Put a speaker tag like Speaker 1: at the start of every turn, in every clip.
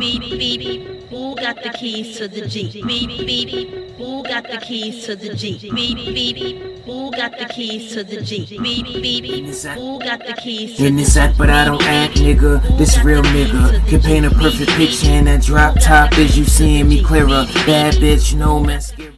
Speaker 1: Beep beep. Who got the keys to the Jeep? Beep beep. Who got the keys to the Jeep? Beep beep. Who got the keys to the Jeep? Beep beep. Who got the keys? to
Speaker 2: In
Speaker 1: the
Speaker 2: this act,
Speaker 1: Jeep?
Speaker 2: but I don't
Speaker 1: Beep,
Speaker 2: act,
Speaker 1: beep.
Speaker 2: nigga.
Speaker 1: Who
Speaker 2: This
Speaker 1: got
Speaker 2: real
Speaker 1: the keys to
Speaker 2: nigga
Speaker 1: the
Speaker 2: can paint a
Speaker 1: Jeep?
Speaker 2: perfect
Speaker 1: Beep,
Speaker 2: picture,
Speaker 1: beep.
Speaker 2: and that drop
Speaker 1: Who got
Speaker 2: top
Speaker 1: the
Speaker 2: is you
Speaker 1: keys to the
Speaker 2: seeing me
Speaker 1: Jeep?
Speaker 2: clearer.
Speaker 1: Beep, beep.
Speaker 2: Bad bitch, no mascara.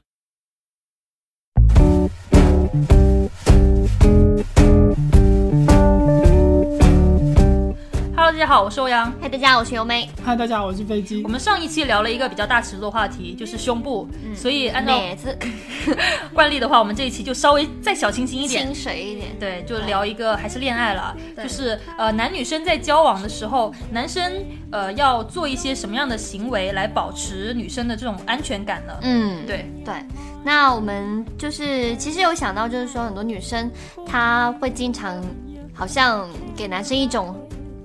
Speaker 3: Hello，大家好，我是欧阳。
Speaker 4: 嗨，大家好，我是尤妹。
Speaker 5: 嗨，大家好，我是飞机
Speaker 3: 我。们上一期聊了一个比较大尺度的话题，就是胸部。
Speaker 4: 嗯
Speaker 3: 所以按照
Speaker 4: 每次
Speaker 3: 惯例的话，我们这一期就稍微再小清新一点
Speaker 4: 清。水一点，
Speaker 3: 对，就聊一个还是恋爱了，
Speaker 4: 对
Speaker 3: 就是呃男女生在交往的时候，男生呃要做一些什么样的行为来保持女生的这种安全感呢？
Speaker 4: 嗯，
Speaker 3: 对，
Speaker 4: 对。那我们就是其实有想到，就是说很多女生她会经常好像给男生一种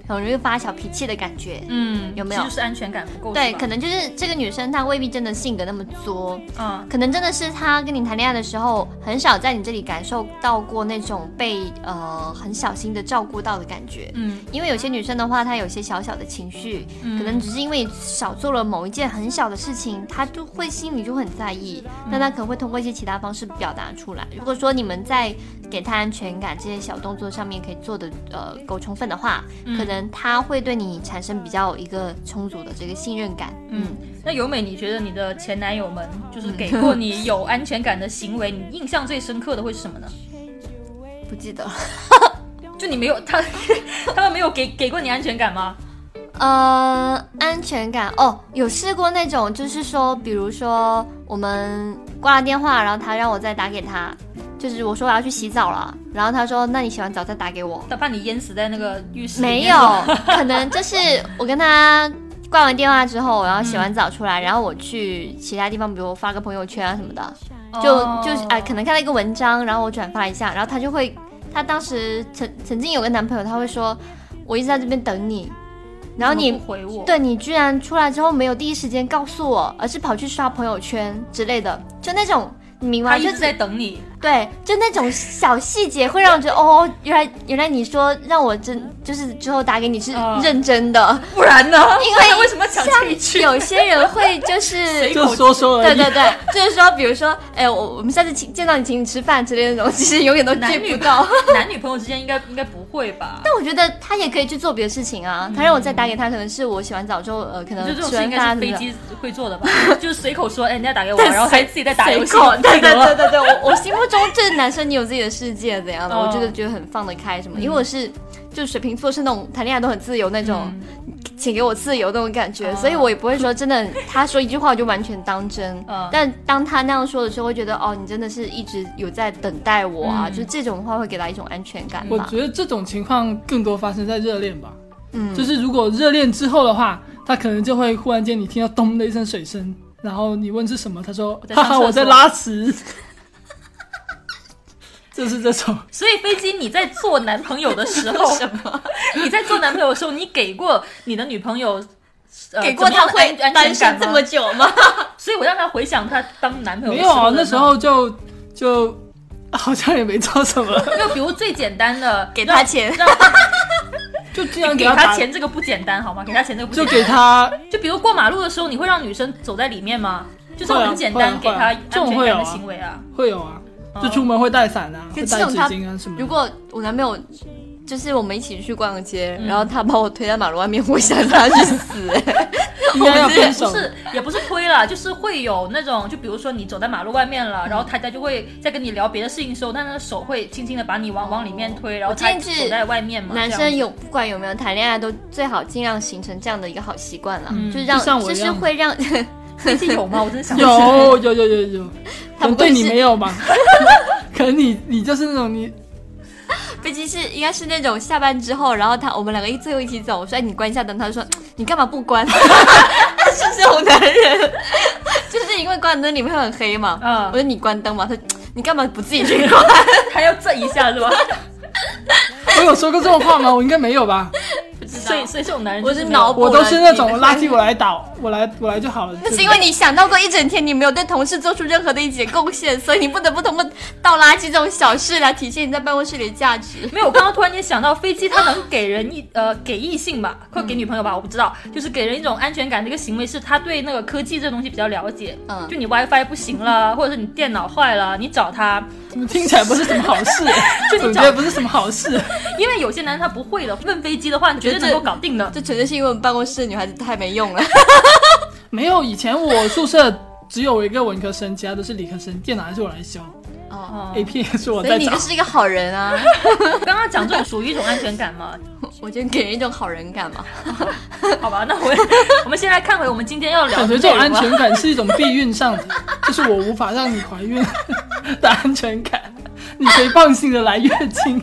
Speaker 4: 很容易发小脾气的感觉。
Speaker 3: 嗯，
Speaker 4: 有没有
Speaker 3: 其实就是安全感不够？
Speaker 4: 对，
Speaker 3: 是吧
Speaker 4: 可能就是这个女生她未必真的性格那么作，
Speaker 3: 嗯，
Speaker 4: 可能真的是她跟你谈恋爱的时候，很少在你这里感受到过那种被呃很小心的照顾到的感觉。
Speaker 3: 嗯
Speaker 4: 因为有些女生的话，她有些小小的情绪，
Speaker 3: 嗯
Speaker 4: 可能只是因为少做了某一件很小的事情，她就会心里就很在意。
Speaker 3: 嗯
Speaker 4: 那她可能会通过一些其他方式表达出来。如果说你们在给她安全感这些小动作上面可以做的呃够充分的话，
Speaker 3: 嗯
Speaker 4: 可能她会对你产生比较一个充足的这个信任感。
Speaker 3: 嗯，那由美，你觉得你的前男友们
Speaker 4: 嗯
Speaker 3: 就是给过你有安全感的行为，你印象最深刻的会是什么呢？
Speaker 4: 不记得了，
Speaker 3: 就你没有他， 他们没有给给过你安全感吗？
Speaker 4: 呃，安全感哦，有试过那种，就是说，比如说我们挂了电话，然后他让我再打给他，就是我说我要去洗澡了，然后他说那你洗完澡再打给我，
Speaker 3: 他怕你淹死在那个浴室里面
Speaker 4: 没有， 可能就是我跟他挂完电话之后，然后洗完澡出来，然后我去其他地方，比如发个朋友圈啊什么的，就
Speaker 3: 哦
Speaker 4: 就是啊、可能看到一个文章，然后我转发一下，然后他就会，他当时曾曾经有个男朋友，他会说，我一直在这边等你，然后
Speaker 3: 怎么
Speaker 4: 你
Speaker 3: 不回我，，
Speaker 4: 对你居然出来之后没有第一时间告诉我，而是跑去刷朋友圈之类的，就那种。你明
Speaker 3: 他
Speaker 4: 白吗？
Speaker 3: 一
Speaker 4: 就
Speaker 3: 直在等你，
Speaker 4: 对，就那种小细节会让我觉得，哦，原来原来你说让我真就是之后打给你是
Speaker 3: 嗯
Speaker 4: 认真的，
Speaker 3: 不然呢？
Speaker 4: 因为
Speaker 3: 他为什么抢这一句？
Speaker 4: 有些人会就是
Speaker 3: 谁。
Speaker 5: 就说说而
Speaker 4: 对
Speaker 5: 已。
Speaker 4: 对对，就是说，比如说，哎，我我们下次请见到你，请你吃饭之类的那种， 其实永远都
Speaker 3: 男
Speaker 4: 见
Speaker 3: 女
Speaker 4: 不到。
Speaker 3: 男女朋友之间应该应该不会吧？
Speaker 4: 但我觉得他也可以去做别的事情啊。他让我再打给他，可能是我洗完澡之后，呃，可能
Speaker 3: 就这种
Speaker 4: 吃
Speaker 3: 事
Speaker 4: 完
Speaker 3: 应该
Speaker 4: 饭
Speaker 3: 是
Speaker 4: 什
Speaker 3: 飞
Speaker 4: 么的。
Speaker 3: 机会做的吧？ 就是随口说，哎，你在打给我，然后还自己在打游戏
Speaker 4: 随口， 对对
Speaker 3: 太多了
Speaker 4: 对对对，我我心目 中这男生你有自己的世界怎样的，
Speaker 3: 哦
Speaker 4: 我觉得觉得很放得开什么，因为我是就水瓶座是那种谈恋爱都很自由那种，
Speaker 3: 嗯
Speaker 4: 请给我自由那种感觉，
Speaker 3: 哦
Speaker 4: 所以我也不会说真的，他说一句话我就完全当 真
Speaker 3: 嗯，
Speaker 4: 但当他那样说的时候，会觉得哦，你真的是一直有在等待我啊，
Speaker 3: 嗯
Speaker 4: 就这种话会给他一种安全感
Speaker 5: 我
Speaker 4: 吧。
Speaker 5: 觉得这种情况更多发生在热恋吧，
Speaker 4: 嗯
Speaker 5: 就是如果热恋之后的话，他可能就会忽然间你听到咚的一声水声，然后你问是什么，他说
Speaker 3: 在上
Speaker 5: 哈
Speaker 3: 厕
Speaker 5: 哈
Speaker 3: 所
Speaker 5: 我在拉屎，就是这种。
Speaker 3: 所以飞机，你在做男朋友的时候， 什么？ 你在做男朋友的时候，你给过你的女朋友，呃、
Speaker 4: 给过
Speaker 3: 怎么样
Speaker 4: 他
Speaker 3: 的
Speaker 4: 会
Speaker 3: 安安
Speaker 4: 单
Speaker 3: 全
Speaker 4: 身
Speaker 3: 感
Speaker 4: 这
Speaker 3: 吗
Speaker 4: 么久吗？
Speaker 3: 所以我让他回想他当男朋友
Speaker 5: 没
Speaker 3: 的
Speaker 5: 有啊，那
Speaker 3: 的
Speaker 5: 时候就就好像也没做什么，
Speaker 3: 就比如最简单的，
Speaker 4: 给他钱
Speaker 3: 让让
Speaker 5: 就经常
Speaker 3: 给
Speaker 5: 他
Speaker 3: 他
Speaker 5: 打，
Speaker 3: 钱这个不简单好吗？给他钱这个不
Speaker 5: 就
Speaker 3: 简
Speaker 5: 给
Speaker 3: 单。
Speaker 5: 他
Speaker 3: 就比如过马路的时候，你会让女生走在里面吗？就这种
Speaker 5: 会啊
Speaker 3: 很简
Speaker 5: 会
Speaker 3: 单
Speaker 5: 啊
Speaker 3: 给他
Speaker 5: 会啊
Speaker 3: 安
Speaker 5: 这种
Speaker 3: 全
Speaker 5: 会有
Speaker 3: 感
Speaker 5: 啊
Speaker 3: 的行为啊。
Speaker 5: 会有啊，就出门会带伞啊，
Speaker 4: 可
Speaker 5: 会
Speaker 4: 是
Speaker 5: 带
Speaker 4: 这种
Speaker 5: 纸
Speaker 4: 他
Speaker 5: 巾啊什么的。
Speaker 4: 如果我男朋友就是我们一起去逛个街，然后他把我推在马路外面，我想让他去死、哎
Speaker 5: 应该要
Speaker 4: 我觉
Speaker 5: 分
Speaker 4: 得
Speaker 5: 手
Speaker 3: 不，是，也不是推了，就是会有那种，就比如说你走在马路外面
Speaker 5: 嗯
Speaker 3: 了，然后他家就会在跟你聊别的事情的时候，但他的手会轻轻的把你往往里面推，然后
Speaker 4: 我
Speaker 3: 他
Speaker 4: 建议哦是
Speaker 3: 走在外面嘛。
Speaker 4: 男
Speaker 3: 这样
Speaker 4: 生
Speaker 3: 子
Speaker 4: 有不管有没有谈恋爱，都最好尽量形成这样的一个好习惯了，
Speaker 3: 嗯
Speaker 4: 就是让
Speaker 5: 就像我一
Speaker 4: 是
Speaker 5: 样
Speaker 4: 会让
Speaker 3: 飞机有吗？我真的想不起来
Speaker 5: 有啊有有有有，可
Speaker 4: 他
Speaker 5: 能
Speaker 4: 不
Speaker 5: 对
Speaker 4: 会
Speaker 5: 你
Speaker 4: 是
Speaker 5: 没有 吧？可能你你就是那种你
Speaker 4: 毕竟是应该是那种下班之后，然后他我们两个一最后一起走，我说哎你关一下灯，他就说你干嘛不 关？他是这种男人，就是因为关灯里面会很黑嘛。
Speaker 3: 嗯
Speaker 4: 我说你关灯嘛，他你干嘛不自己去 关？
Speaker 3: 还要震一下是吧？
Speaker 5: 我有说过这种话吗？我应该没有吧？
Speaker 3: 不知所以所以这种男人
Speaker 4: 我
Speaker 3: 就是没有
Speaker 4: 脑补
Speaker 5: 我都是那种
Speaker 4: 了
Speaker 5: 垃圾，我来倒，我来我来就好了。
Speaker 4: 那是因为你想到过一整天，你没有对同事做出任何的一点贡献，所以你不得不通过倒垃圾这种小事来体现你在办公室里的价值。
Speaker 3: 没有，我刚刚突然间想到，飞机它能给人一 呃给异性吧，或给女朋友吧，我不知道，就是给人一种安全感的一个行为，是他对那个科技这东西比较了解。
Speaker 4: 嗯
Speaker 3: 就你 WiFi 不行 了，或者是你电脑坏了，你找他，
Speaker 5: 怎么听起来不是什么好 事，总觉得不是什么好事。
Speaker 3: 因为有些男人他不会的，问飞机的话，你绝对能够搞定的。
Speaker 4: 这纯粹是因为我们办公室的女孩子太没用了。
Speaker 5: 没有，以前我宿舍只有一个文科生，其他都是理科生，电脑还是我来修
Speaker 4: 哦，
Speaker 3: 哦
Speaker 5: ，A P 也是我
Speaker 4: 所以
Speaker 5: 在
Speaker 4: 你
Speaker 5: 找
Speaker 4: 就。是一个好人 啊！
Speaker 3: 刚刚讲这种属于一种安全感 嘛？
Speaker 4: 我觉得给人一种好人感嘛。
Speaker 3: 好吧，那我 我们先来看回我们今天要聊
Speaker 5: 感
Speaker 3: 的
Speaker 5: 觉这种
Speaker 3: 内
Speaker 5: 安
Speaker 3: 容吧
Speaker 5: 全感是一种避孕上的， 就是我无法让你怀孕的安全感。 你可以放心的来月经，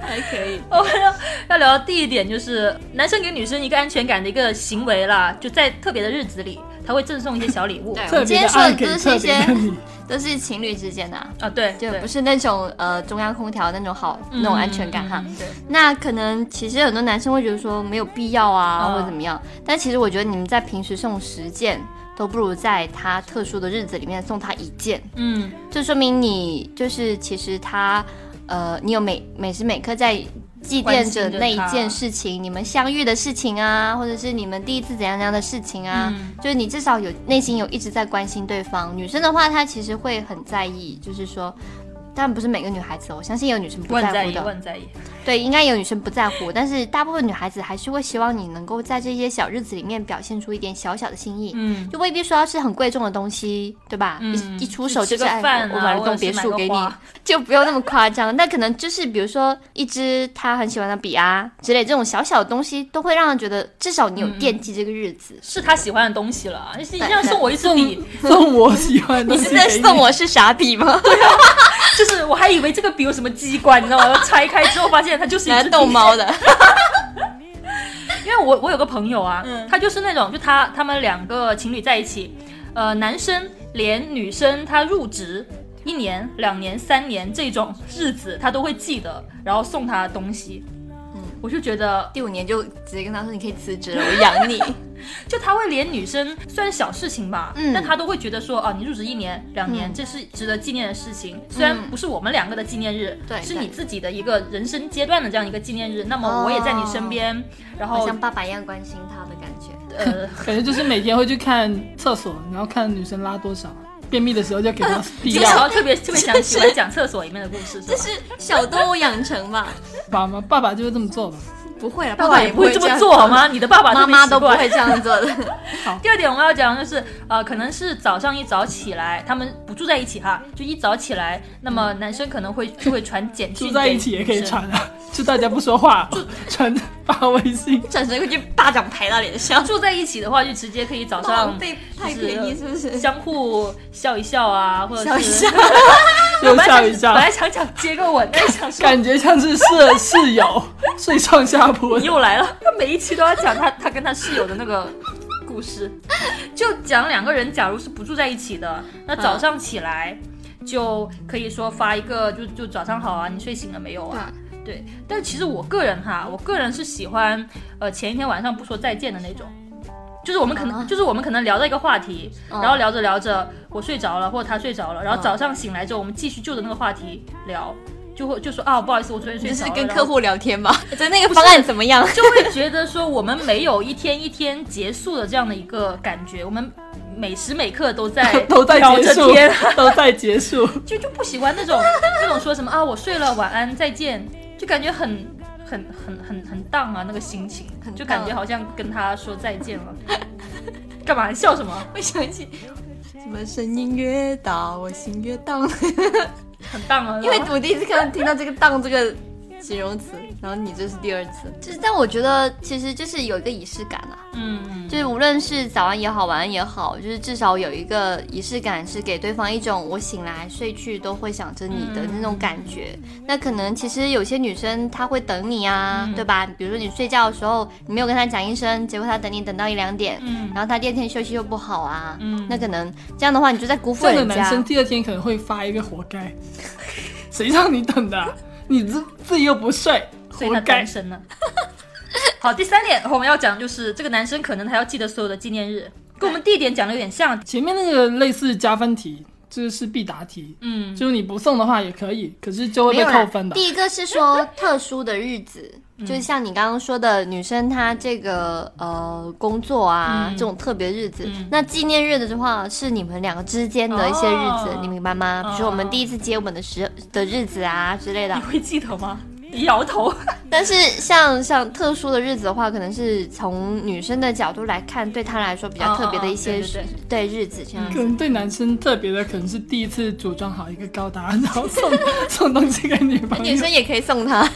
Speaker 4: 还可以，
Speaker 3: 我们要要聊的第一点就是男生给女生一个安全感的一个行为啦，就在特别的日子里，他会赠送一些小礼物
Speaker 4: 对
Speaker 5: 特别的爱给特别的你。
Speaker 4: 都是情侣之间的、啊，
Speaker 3: 啊，对，
Speaker 4: 就
Speaker 3: 对
Speaker 4: 不是那种呃中央空调那种好那种安全感哈。
Speaker 3: 嗯嗯嗯对
Speaker 4: 那可能其实很多男生会觉得说没有必要啊，
Speaker 3: 嗯
Speaker 4: 或者怎么样，但其实我觉得你们在平时送十件，都不如在他特殊的日子里面送他一件，
Speaker 3: 嗯，
Speaker 4: 这说明你就是其实他呃，你有每每时每刻在。祭
Speaker 3: 关
Speaker 4: 奠
Speaker 3: 心
Speaker 4: 着
Speaker 3: 着
Speaker 4: 那一
Speaker 3: 他
Speaker 4: 件事情，你们相遇的事情啊，或者是你们第一次怎样怎样的事情啊，
Speaker 3: 嗯
Speaker 4: 就是你至少有内心有一直在关心对方。女生的话，她其实会很在意，就是说，当然不是每个女孩子哦，我相信有女生不
Speaker 3: 我很
Speaker 4: 在
Speaker 3: 在
Speaker 4: 乎
Speaker 3: 意，
Speaker 4: 的，
Speaker 3: 我很在意。
Speaker 4: 对，应该有女生不在乎，但是大部分女孩子还是会希望你能够在这些小日子里面表现出一点小小的心意，
Speaker 3: 嗯，
Speaker 4: 就未必说要是很贵重的东西，对吧？
Speaker 3: 嗯
Speaker 4: 一一出手
Speaker 3: 就吃
Speaker 4: 就是
Speaker 3: 个
Speaker 4: 哎
Speaker 3: 饭啊
Speaker 4: 我我买了
Speaker 3: 或者
Speaker 4: 栋
Speaker 3: 是
Speaker 4: 别
Speaker 3: 买
Speaker 4: 墅
Speaker 3: 个
Speaker 4: 给你
Speaker 3: 花，
Speaker 4: 就不用那么夸张。那可能就是比如说一支他很喜欢的笔啊之类这种小小的东西，都会让人觉得至少你有惦记这个日子。
Speaker 3: 是他喜欢的东西了啊，你是这样送我一支笔，
Speaker 5: 送我喜欢的
Speaker 4: 你
Speaker 5: 东西
Speaker 4: 是
Speaker 5: 给
Speaker 4: 在送 我是傻笔吗？
Speaker 3: 就是我还以为这个笔有什么机关，你知道吗？拆开之后发现它就是一
Speaker 4: 来
Speaker 3: 支
Speaker 4: 逗
Speaker 3: 笔。
Speaker 4: 猫的，
Speaker 3: 因为我我有个朋友啊，
Speaker 4: 嗯
Speaker 3: 他就是那种，就他他们两个情侣在一起，呃，男生连女生她入职一年、两年、三年这种日子，他都会记得，然后送她东西。嗯，我就觉得，
Speaker 4: 第五年就直接跟他说你可以辞职了，我养你。
Speaker 3: 就他会连女生虽然小事情吧，
Speaker 4: 嗯
Speaker 3: 但他都会觉得说，啊，你入职一年、两年，
Speaker 4: 嗯
Speaker 3: 这是值得纪念的事情。虽然不是我们两个的纪念日，
Speaker 4: 嗯对
Speaker 3: 是
Speaker 4: 对哦
Speaker 3: 你自己的一个人生阶段的这样一个纪念日。那么我也在你身边，然
Speaker 4: 好
Speaker 3: 后
Speaker 4: 像爸爸一样关心他的感觉。
Speaker 3: 呃，
Speaker 5: 感觉就是每天会去看厕所，然后看女生拉多少，便秘的时候就 给她必
Speaker 3: 今天想要
Speaker 5: 要
Speaker 3: 特别特别想喜欢讲厕所里面的故事，是吧
Speaker 4: 这？是小动物养成吧？
Speaker 5: 爸妈爸爸就是这么做的。
Speaker 4: 不会了，
Speaker 3: 爸
Speaker 4: 爸
Speaker 3: 爸也不
Speaker 4: 不会
Speaker 3: 会这么
Speaker 4: 样
Speaker 3: 做好？吗？你的爸爸
Speaker 4: 妈
Speaker 3: 特别
Speaker 4: 妈
Speaker 3: 奇
Speaker 4: 都不
Speaker 3: 怪
Speaker 4: 会。这样做的。
Speaker 3: 第二点我们要讲的就是，呃，可能是早上一早起来，他们不住在一起哈，就一早起来，那么男生可能会就会传简讯，
Speaker 5: 住在一起也可以。传啊，就大家不说话，传发 微信。
Speaker 4: 转身过去，巴掌拍到脸上。
Speaker 3: 住在一起的话，就直接可以早上
Speaker 4: 被
Speaker 3: 就
Speaker 4: 太便宜是不是？
Speaker 3: 相互笑一笑啊，或者是
Speaker 4: 笑一笑，
Speaker 5: 又
Speaker 3: 本来想
Speaker 5: 笑一笑
Speaker 3: 本来想讲接个吻，但是想说
Speaker 5: 感觉像是室室友 睡上下铺
Speaker 3: 你，又来了，他每一期都要讲他他跟他室友的那个故事，就讲两个人假如是不住在一起的，那
Speaker 4: 嗯
Speaker 3: 早上起来。就可以说发一个，就就早上好啊，你睡醒了没有啊？对，但其实我个人哈，我个人是喜欢，呃，前一天晚上不说再见的那种，就是我们可能，
Speaker 4: 啊
Speaker 3: 就是我们可能聊到一个话题，
Speaker 4: 嗯
Speaker 3: 然后聊着聊着我睡着了，或者他睡着了，然后
Speaker 4: 嗯
Speaker 3: 早上醒来之后，我们继续就着那个话题聊，就会就说啊，不好意思，我昨天睡
Speaker 4: 就
Speaker 3: 着
Speaker 4: 是
Speaker 3: 了。
Speaker 4: 跟
Speaker 3: 然
Speaker 4: 客
Speaker 3: 后
Speaker 4: 户聊天吧，对那个方案怎么 样？
Speaker 3: 就会觉得说我们没有一天一天结束的这样的一个感觉，我们每时每刻都在
Speaker 5: 都在
Speaker 3: 聊
Speaker 5: 结
Speaker 3: 着
Speaker 5: 束
Speaker 3: 天，，
Speaker 5: 都在结束。
Speaker 3: 就就不喜欢那种那种说什么啊，我睡了，晚安，再见，就感觉很很很很很荡啊，那个心情
Speaker 4: 很，
Speaker 3: 就感觉好像跟他说再见了。干嘛？你笑什么？
Speaker 4: 我想起什么声音越大，我心越荡。
Speaker 3: 很荡啊！
Speaker 4: 因为
Speaker 3: 是吧
Speaker 4: 我第一次看到听到这个“荡”这个形容词，然后你这是第二次。就是，但我觉得其实就是有一个仪式感啊，
Speaker 3: 嗯，
Speaker 4: 就是无论是早安也好，晚安也好，就是至少有一个仪式感，是给对方一种我醒来睡去都会想着你的那种感觉。那可能其实有些女生她会等你啊，对吧？比如说你睡觉的时候，你没有跟她讲一声，结果她等你等到一两点，
Speaker 3: 嗯
Speaker 4: 然后她第二天休息又不好啊，
Speaker 3: 嗯
Speaker 4: 那可能这样的话你就在辜负
Speaker 5: 这样的
Speaker 4: 人
Speaker 5: 男
Speaker 4: 家
Speaker 5: 生。第二天可能会发一个活该，谁让你等的啊？你自自己又不睡，
Speaker 3: 所以
Speaker 5: 活
Speaker 3: 他
Speaker 5: 该
Speaker 3: 单。身了。好，第三点我们要讲就是这个男生可能还要记得所有的纪念日，跟我们第一点讲的有点像。
Speaker 5: 前面那个类似加分题，这是必答题，
Speaker 3: 嗯，
Speaker 5: 就是你不送的话也可以，可是就会
Speaker 4: 没
Speaker 5: 被
Speaker 4: 有啦
Speaker 5: 扣分的。
Speaker 4: 第一个是说特殊的日子，就是像你刚刚说的，女生她这个呃工作啊、
Speaker 3: 嗯
Speaker 4: 这种特别日子，
Speaker 3: 嗯
Speaker 4: 那纪念日的话是你们两个之间的一些日子，
Speaker 3: 哦
Speaker 4: 你明白吗？比如说我们
Speaker 3: 哦
Speaker 4: 第一次接吻的时的日子啊之类的
Speaker 3: 你。会记得吗？你摇头。
Speaker 4: 但是像像特殊的日子的话，可能是从女生的角度来看，对她来说比
Speaker 3: 哦
Speaker 4: 较
Speaker 3: 哦
Speaker 4: 特别的
Speaker 3: 哦
Speaker 4: 一些
Speaker 3: 对对
Speaker 4: 对日子这样
Speaker 5: 可
Speaker 4: 子。
Speaker 5: 能对男生特别的，可能是第一次组装好一个高达，然后 送送东西给女朋友。
Speaker 4: 女生也可以送她。
Speaker 3: 啊，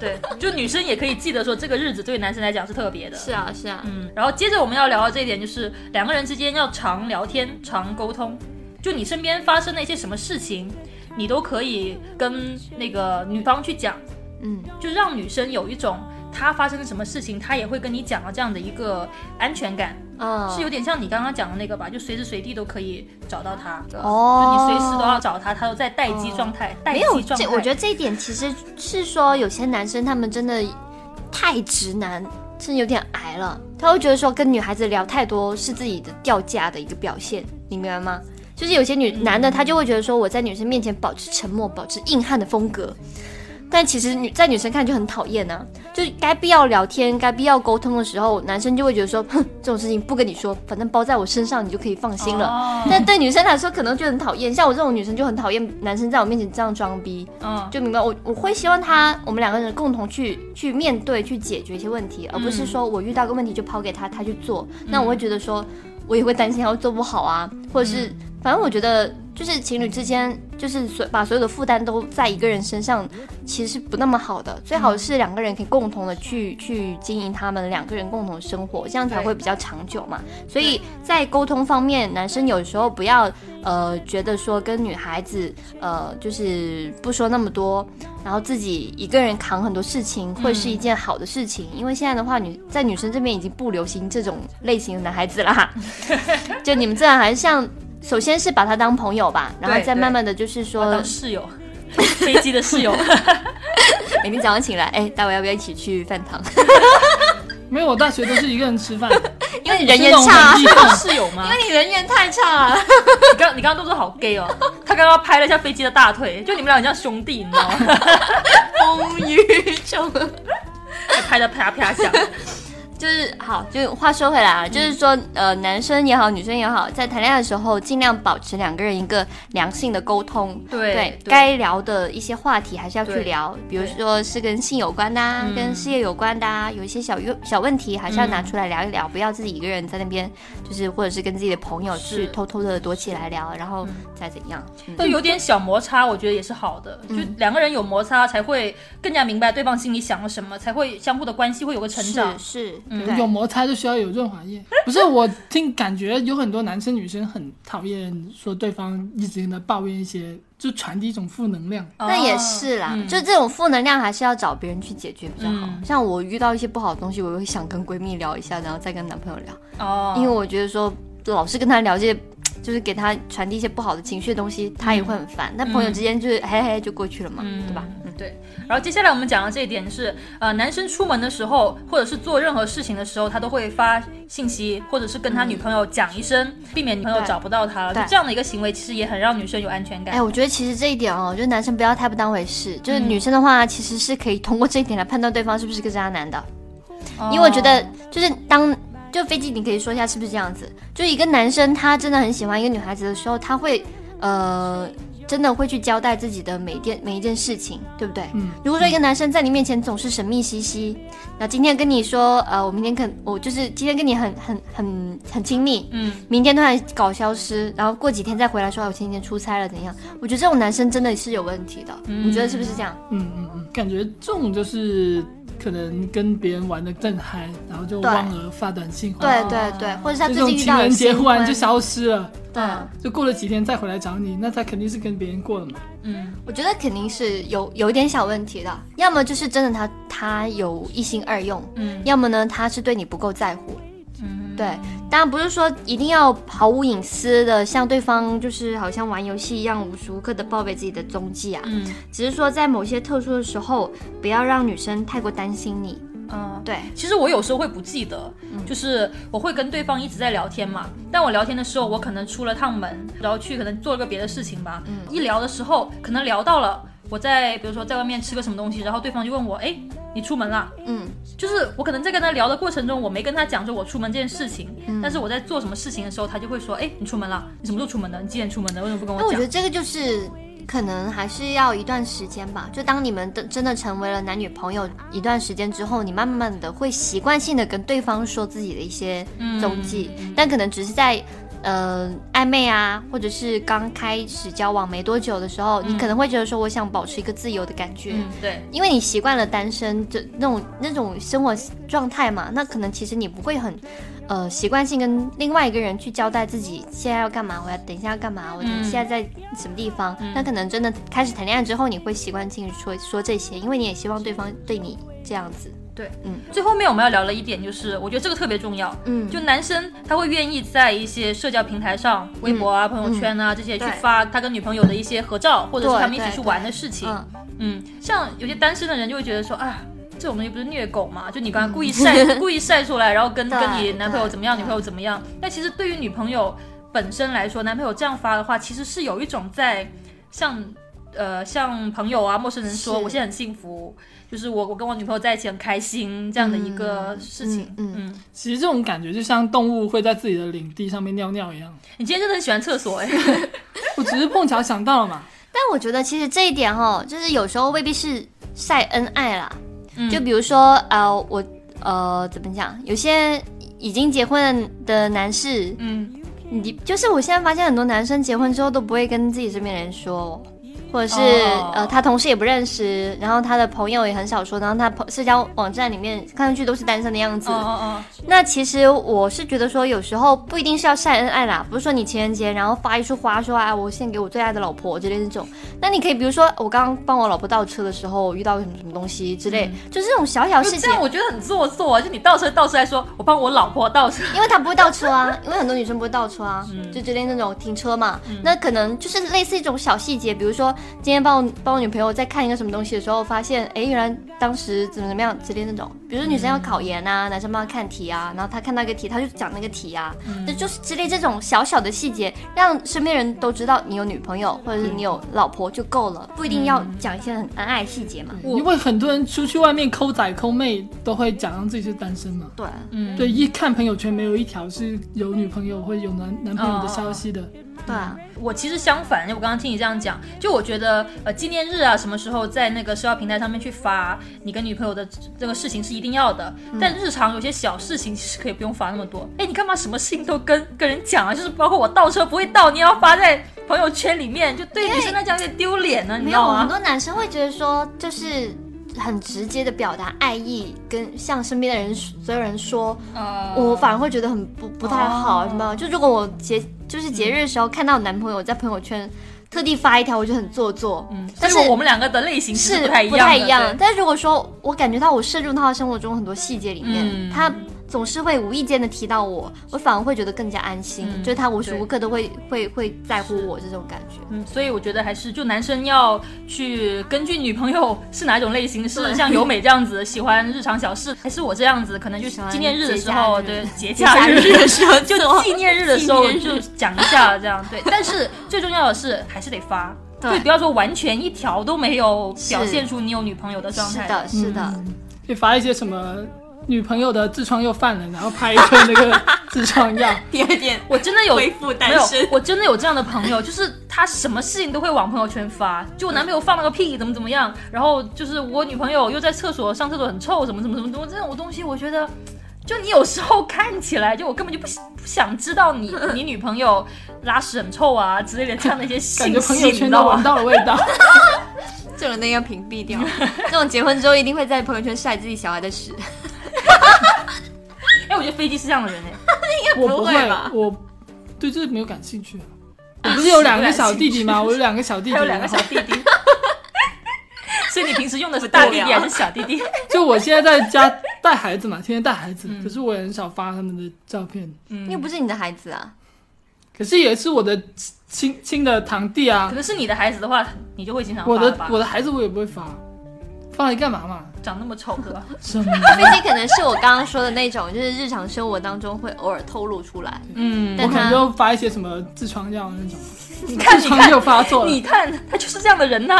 Speaker 3: 对，就女生也可以记得说这个日子对男生来讲是特别的。
Speaker 4: 是啊，是啊。
Speaker 3: 嗯，然后接着我们要聊到这一点，就是两个人之间要常聊天、常沟通。就你身边发生了一些什么事情，你都可以跟那个女方去讲，
Speaker 4: 嗯，
Speaker 3: 就让女生有一种她发生了什么事情，她也会跟你讲的这样的一个安全感，
Speaker 4: 啊、
Speaker 3: 是有点像你刚刚讲的那个吧？就随时随地都可以找到她，
Speaker 4: 哦
Speaker 3: 就你随时都要找她，她都在待机状态，待
Speaker 4: 没
Speaker 3: 机
Speaker 4: 有
Speaker 3: 状态。
Speaker 4: 这，我觉得这一点其实是说，有些男生他们真的太直男，甚至有点癌了。他会觉得说，跟女孩子聊太多是自己的掉价的一个表现，你明白吗？就是有些女男
Speaker 3: 嗯
Speaker 4: 的他就会觉得说，我在女生面前保持沉默，保持硬汉的风格。但其实女在女生看就很讨厌啊，就是该必要聊天、该必要沟通的时候，男生就会觉得说，哼，这种事情不跟你说，反正包在我身上，你就可以放心了。
Speaker 3: 哦
Speaker 4: 但对女生来说，可能就很讨厌。像我这种女生就很讨厌男生在我面前这样装逼，
Speaker 3: 嗯，
Speaker 4: 就明白我我会希望他我们两个人共同去去面对去解决一些问题，而不是说我遇到个问题就抛给他，他去做。那我会觉得说，我也会担心他会做不好啊，或者是反正我觉得就是情侣之间就是所把所有的负担都在一个人身上，其实是不那么好的。最好是两个人可以共同的去去经营他们两个人共同的生活，这样才
Speaker 3: 对
Speaker 4: 会比较长久嘛。所以在沟通方面，男生有时候不要呃觉得说跟女孩子呃就是不说那么多，然后自己一个人扛很多事情会是一件好的事情，因为现在的话女在女生这边已经不流行这种类型的男孩子 啦，就你们这样还是像。首先是把他当朋友吧，然后
Speaker 3: 对
Speaker 4: 再
Speaker 3: 对
Speaker 4: 慢慢的就是
Speaker 3: 我
Speaker 4: 说
Speaker 3: 当，室友， 飞机的室友。
Speaker 4: 每天早上醒来，哎，待会要不要一起去饭堂？
Speaker 5: 没有，我大学都是一个人吃 饭，
Speaker 4: 因为你人
Speaker 5: 是那
Speaker 4: 缘
Speaker 5: 种
Speaker 4: 差啊
Speaker 5: 很，厉害
Speaker 3: 室友吗？
Speaker 4: 因为你人缘太差了。
Speaker 3: 你刚你刚刚动作好 gay 哦，他刚刚拍了一下飞机的大腿，就你们俩很像兄弟，你知道吗？
Speaker 4: 风雨中。
Speaker 3: 还拍的啪啪 响。
Speaker 4: 就是好，就是话说回来啊，就是说，呃，男生也好，女生也好，在谈恋爱的时候，尽量保持两个人一个良性的沟通。
Speaker 3: 对对
Speaker 4: 该聊的一些话题还是要去
Speaker 3: 对
Speaker 4: 聊，比如
Speaker 3: 对
Speaker 4: 说是跟性有关的、啊，
Speaker 3: 嗯
Speaker 4: 跟事业有关的、啊，有一些小问小问题还是要拿出来聊一聊，不要自己一个人在那边，就是或者是跟自己的朋友
Speaker 3: 是
Speaker 4: 去偷偷的躲起来聊，然后再怎样。嗯
Speaker 3: 就有点小摩擦，我觉得也是好的。就两个人有摩擦，才会更加明白对方心里想了什么，才会相互的关系会有个成长嗯
Speaker 4: 是。是，
Speaker 5: 有
Speaker 4: 对，
Speaker 5: 摩擦就需要有润滑液。不是，我听感觉有很多男生女生很讨厌说对方一直跟他抱怨一些，就传递一种负能量。
Speaker 4: 那也是啦，
Speaker 3: 哦嗯
Speaker 4: 就这种负能量还是要找别人去解决比较好。
Speaker 3: 嗯
Speaker 4: 像我遇到一些不好的东西，我会想跟闺蜜聊一下，然后再跟男朋友聊，
Speaker 3: 哦，
Speaker 4: 因为我觉得说老是跟他聊这些，就是给他传递一些不好的情绪的东西，他也会很烦。那、朋友之间就是嘿嘿就过去了嘛，
Speaker 3: 嗯
Speaker 4: 对吧？嗯，
Speaker 3: 对，然后接下来我们讲的这一点是，呃，男生出门的时候，或者是做任何事情的时候，他都会发信息，或者是跟他女朋友讲一声，避免女朋友
Speaker 4: 嗯对
Speaker 3: 找不到他了。就
Speaker 4: 对
Speaker 3: 这样的一个行为，其实也很让女生有安全感。
Speaker 4: 哎，我觉得其实这一点哦，就是男生不要太不当回事，就是
Speaker 3: 嗯
Speaker 4: 女生的话，其实是可以通过这一点来判断对方是不是个渣男的。
Speaker 3: 哦
Speaker 4: 因为我觉得就是当就飞机，你可以说一下是不是这样子？就是一个男生他真的很喜欢一个女孩子的时候，他会呃真的会去交代自己的每一件每一件事情，对不对？
Speaker 5: 嗯
Speaker 4: 如果说一个男生在你面前总是神秘兮兮，那今天跟你说呃我明天肯我就是今天跟你很很很很亲密，
Speaker 3: 嗯，
Speaker 4: 明天突然搞消失，然后过几天再回来说啊我前几天出差了怎样？我觉得这种男生真的是有问题的，你觉得是不是这样？
Speaker 5: 嗯嗯嗯，感觉这种就是可能跟别人玩的正嗨，然后就忘了发短信。
Speaker 4: 对对对，或者是他
Speaker 5: 哦
Speaker 4: 最
Speaker 5: 就这种
Speaker 4: 近遇
Speaker 5: 情
Speaker 4: 到
Speaker 5: 人
Speaker 4: 了
Speaker 5: 节
Speaker 4: 新
Speaker 5: 忽然
Speaker 4: 欢
Speaker 5: 就，消失了，
Speaker 4: 对。
Speaker 5: 就过了几天再回来找你，那他肯定是跟别人过了嘛。
Speaker 3: 嗯，
Speaker 4: 我觉得肯定是有有一点小问题的，要么就是真的他他有一心二用，
Speaker 3: 嗯
Speaker 4: 要么呢他是对你不够在乎，
Speaker 3: 嗯，
Speaker 4: 对，当然不是说一定要毫无隐私的向对方就是好像玩游戏一样无时无刻的报备自己的踪迹啊，
Speaker 3: 嗯，
Speaker 4: 只是说在某些特殊的时候，不要让女生太过担心你，
Speaker 3: 嗯，
Speaker 4: 对，
Speaker 3: 其实我有时候会不记得，
Speaker 4: 嗯
Speaker 3: 就是我会跟对方一直在聊天嘛，但我聊天的时候，我可能出了趟门，然后去可能做了个别的事情吧。
Speaker 4: 嗯
Speaker 3: 一聊的时候，可能聊到了我在，比如说在外面吃个什么东西，然后对方就问我，哎，你出门了？
Speaker 4: 嗯，
Speaker 3: 就是我可能在跟他聊的过程中，我没跟他讲说我出门这件事情，
Speaker 4: 嗯
Speaker 3: 但是我在做什么事情的时候，他就会说，哎，你出门了？你什么时候出门的？你几点出门的？为什么不跟
Speaker 4: 那
Speaker 3: 我
Speaker 4: 哦我
Speaker 3: 讲
Speaker 4: 觉得？这个就是可能还是要一段时间吧。就当你们的真的成为了男女朋友一段时间之后，你慢慢的会习惯性的跟对方说自己的一些
Speaker 3: 嗯
Speaker 4: 踪迹，但可能只是在。呃，暧昧啊，或者是刚开始交往没多久的时候，你可能会觉得说，我想保持一个自由的感觉，
Speaker 3: 嗯，对，
Speaker 4: 因为你习惯了单身这那种那种生活状态嘛，那可能其实你不会很，呃，习惯性跟另外一个人去交代自己现在要干嘛，我要等一下要干嘛，我
Speaker 3: 嗯
Speaker 4: 现在在什么地方。那可能真的开始谈恋爱之后，你会习惯性说说这些，因为你也希望对方对你这样子。
Speaker 3: 最后面我们要聊的一点就是，我觉得这个特别重要，
Speaker 4: 嗯
Speaker 3: 就男生他会愿意在一些社交平台上，微博啊、朋友圈啊、这些去
Speaker 4: 嗯对
Speaker 3: 发他跟女朋友的一些合照，或者是
Speaker 4: 对
Speaker 3: 他们一起
Speaker 4: 对
Speaker 3: 去
Speaker 4: 对
Speaker 3: 玩的事情。
Speaker 4: 嗯，
Speaker 3: 嗯，像有些单身的人就会觉得说啊。这种东西不是虐狗嘛？就你刚刚故意晒、 故意晒出来，然后跟
Speaker 4: 嗯对
Speaker 3: 跟你男朋友怎么样，
Speaker 4: 对
Speaker 3: 女朋友怎么样？但其实对于女朋友本身来说，男朋友这样发的话，其实是有一种在向呃向朋友啊、陌生人说，
Speaker 4: 是
Speaker 3: 我现在很幸福，就是我我跟我女朋友在一起很开心这样的一个事情。
Speaker 4: 嗯嗯
Speaker 5: 其实这种感觉就像动物会在自己的领地上面尿尿一样。
Speaker 3: 你今天真的很喜欢厕 所哎、
Speaker 5: 我只是碰巧想到了嘛，
Speaker 4: 但我觉得其实这一点哦，就是有时候未必是晒恩爱啦，
Speaker 3: 嗯
Speaker 4: 就比如说呃，我呃怎么讲，有些已经结婚的男士，
Speaker 3: 嗯，
Speaker 4: 你就是我现在发现很多男生结婚之后都不会跟自己身边人说，或者是、
Speaker 3: 哦
Speaker 4: 呃他同事也不认识，然后他的朋友也很少说，然后他朋社交网站里面看上去都是单身的样子。
Speaker 3: 哦哦
Speaker 4: 那其实我是觉得说，有时候不一定是要晒恩爱啦，不是说你情人节然后发一束花说啊我献给我最爱的老婆之类的这种，那你可以比如说我刚刚帮我老婆倒车的时候遇到什么什么东西之类，就是这种小小
Speaker 3: 哦，就
Speaker 4: 事
Speaker 3: 这
Speaker 4: 情
Speaker 3: 样，我觉得很做作啊！就你倒车倒车还说，我帮我老婆倒车，
Speaker 4: 因为他不会倒车啊，因为很多女生不会倒车啊，就之类那种停车嘛。那可能就是类似一种小细节，比如说今天帮我帮我女朋友在看一个什么东西的时候，发现哎，原来当时怎么怎么样之类那种。比如说女生要考研啊，男生帮她看题啊，然后她看到一个题，她就讲那个题啊，那、就是之类这种小小的细节，让身边人都知道你有女朋友或者是你有老婆就够了，不一定要讲一些很恩爱的细节嘛。
Speaker 3: 我
Speaker 5: 因为很多人出去外面抠仔抠妹都会假装自己是单身嘛。
Speaker 4: 对，啊
Speaker 3: 嗯，
Speaker 5: 对，一看朋友圈没有一条是有女朋友或者有男男朋友的消息的。
Speaker 4: 对啊，
Speaker 3: 我其实相反，我刚刚听你这样讲，就我觉得，呃，纪念日啊，什么时候在那个社交平台上面去发你跟女朋友的这个事情是一定要的，
Speaker 4: 嗯
Speaker 3: 但日常有些小事情其实可以不用发那么多。哎，你干嘛什么事情都跟跟人讲啊？就是包括我倒车不会倒，你也要发在朋友圈里面，就对女生来讲有点丢脸啊呢、你
Speaker 4: 没
Speaker 3: 知
Speaker 4: 有，
Speaker 3: 道
Speaker 4: 很
Speaker 3: 吗？
Speaker 4: 多男生会觉得说，就是很直接的表达爱意，跟向身边的人所有人说，
Speaker 3: 呃
Speaker 4: 我反而会觉得很不不太好。
Speaker 3: 哦
Speaker 4: 什么？就如果我节就是节日的时候看到男朋友在朋友圈特地发一条，我就很做作。嗯，但是
Speaker 3: 所以我们两个的类型其实
Speaker 4: 是
Speaker 3: 不太一样的，
Speaker 4: 一样。但是如果说我感觉到我渗入到他生活中很多细节里面，
Speaker 3: 嗯
Speaker 4: 他总是会无意间的提到我，我反而会觉得更加安心，
Speaker 3: 嗯
Speaker 4: 就是他无时
Speaker 3: 对
Speaker 4: 无刻都会会会在乎我这种感觉。
Speaker 3: 嗯，所以我觉得还是就男生要去根据女朋友是哪种类型，是像由美这样子喜欢日常小事， 还是我这样子可能就
Speaker 4: 喜欢
Speaker 3: 纪念日的时候，
Speaker 4: 节假
Speaker 3: 对
Speaker 4: 日
Speaker 3: 节假日
Speaker 4: 节假日的时候
Speaker 3: 就
Speaker 4: 做
Speaker 3: 纪念日的时候
Speaker 4: 纪
Speaker 3: 就
Speaker 4: 念日
Speaker 3: 讲一下这 样对，但是最重要的是还是得发，
Speaker 4: 对
Speaker 3: 就不要说完全一条都没有表
Speaker 4: 是
Speaker 3: 现出你有女朋友的状
Speaker 4: 是
Speaker 3: 态。嗯
Speaker 4: 的，是的。
Speaker 5: 可以发一些什么女朋友的痔疮又犯了，然后拍一颗那个痔疮 药。
Speaker 6: 第二点，
Speaker 3: 我真的有
Speaker 6: 恢复单
Speaker 3: 没有
Speaker 6: 身，
Speaker 3: 我真的有这样的朋友，就是他什么事情都会往朋友圈发，就我男朋友放了个屁，怎么怎么样，然后就是我女朋友又在厕所上厕所很臭，什么什么什么东这种东西，我觉得。就你有时候看起来，就我根本就不想不想知道你 你女朋友拉屎很臭啊之类的这样的一些
Speaker 5: 感
Speaker 3: 信
Speaker 5: 觉朋
Speaker 3: 息，
Speaker 5: 友
Speaker 3: 你知
Speaker 5: 圈都
Speaker 3: 道
Speaker 5: 闻
Speaker 3: 吗？
Speaker 5: 到了味 道。
Speaker 6: 这种那要屏蔽掉。
Speaker 4: 这种结婚之后一定会在朋友圈晒自己小孩的屎。
Speaker 3: 哎，我觉得飞机是这样的人哎，
Speaker 5: 我
Speaker 6: 不
Speaker 5: 不
Speaker 6: 会
Speaker 5: 会
Speaker 6: 吧，
Speaker 5: 我对这没有感兴趣。
Speaker 3: 啊
Speaker 5: 我不是有两个小弟弟吗？我有两个小弟弟，
Speaker 3: 还有两
Speaker 5: 然
Speaker 3: 个
Speaker 5: 后
Speaker 3: 小弟弟，所以你平时用的是大弟弟还是小弟弟？嗯
Speaker 5: 就我现在在家带孩子嘛，天天带孩子，可是我也很少发他们的照片。
Speaker 4: 又不是你的孩子啊，
Speaker 5: 可是也是我的亲亲亲的堂弟啊
Speaker 3: 可，能是你的孩子的话，你就会经常发
Speaker 5: 我
Speaker 3: 了
Speaker 5: 的
Speaker 3: 吧？
Speaker 5: 我的孩子我也不会发，放来干嘛嘛？
Speaker 3: 长那么丑对吧？
Speaker 5: 什 么？
Speaker 4: 毕竟可能是我刚刚说的那种，就是日常生活当中会偶尔透露出来。
Speaker 3: 嗯
Speaker 5: 我
Speaker 4: 但
Speaker 5: 可能
Speaker 4: 他
Speaker 5: 就发一些什么痔疮药那种，
Speaker 3: 你 看
Speaker 5: 痔
Speaker 3: 你
Speaker 5: 疮
Speaker 3: 看
Speaker 5: 又发作了。
Speaker 3: 你看他就是这样的人呐、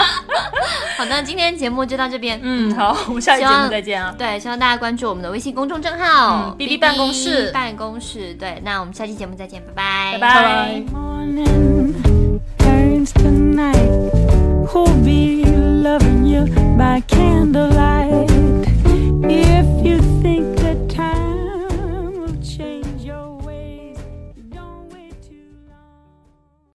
Speaker 4: 好的，今天节目就到这边。
Speaker 3: 嗯，好，我们下期节
Speaker 4: 希
Speaker 3: 目
Speaker 4: 望
Speaker 3: 再见啊。
Speaker 4: 对，希望大家关注我们的微信公众账
Speaker 3: 嗯
Speaker 4: 号
Speaker 3: 哔哔办公室
Speaker 4: 哔哔办公室。对，那我们下期节目再见，拜
Speaker 3: 拜
Speaker 4: 拜，
Speaker 3: 拜
Speaker 5: 拜拜。
Speaker 7: morning turns to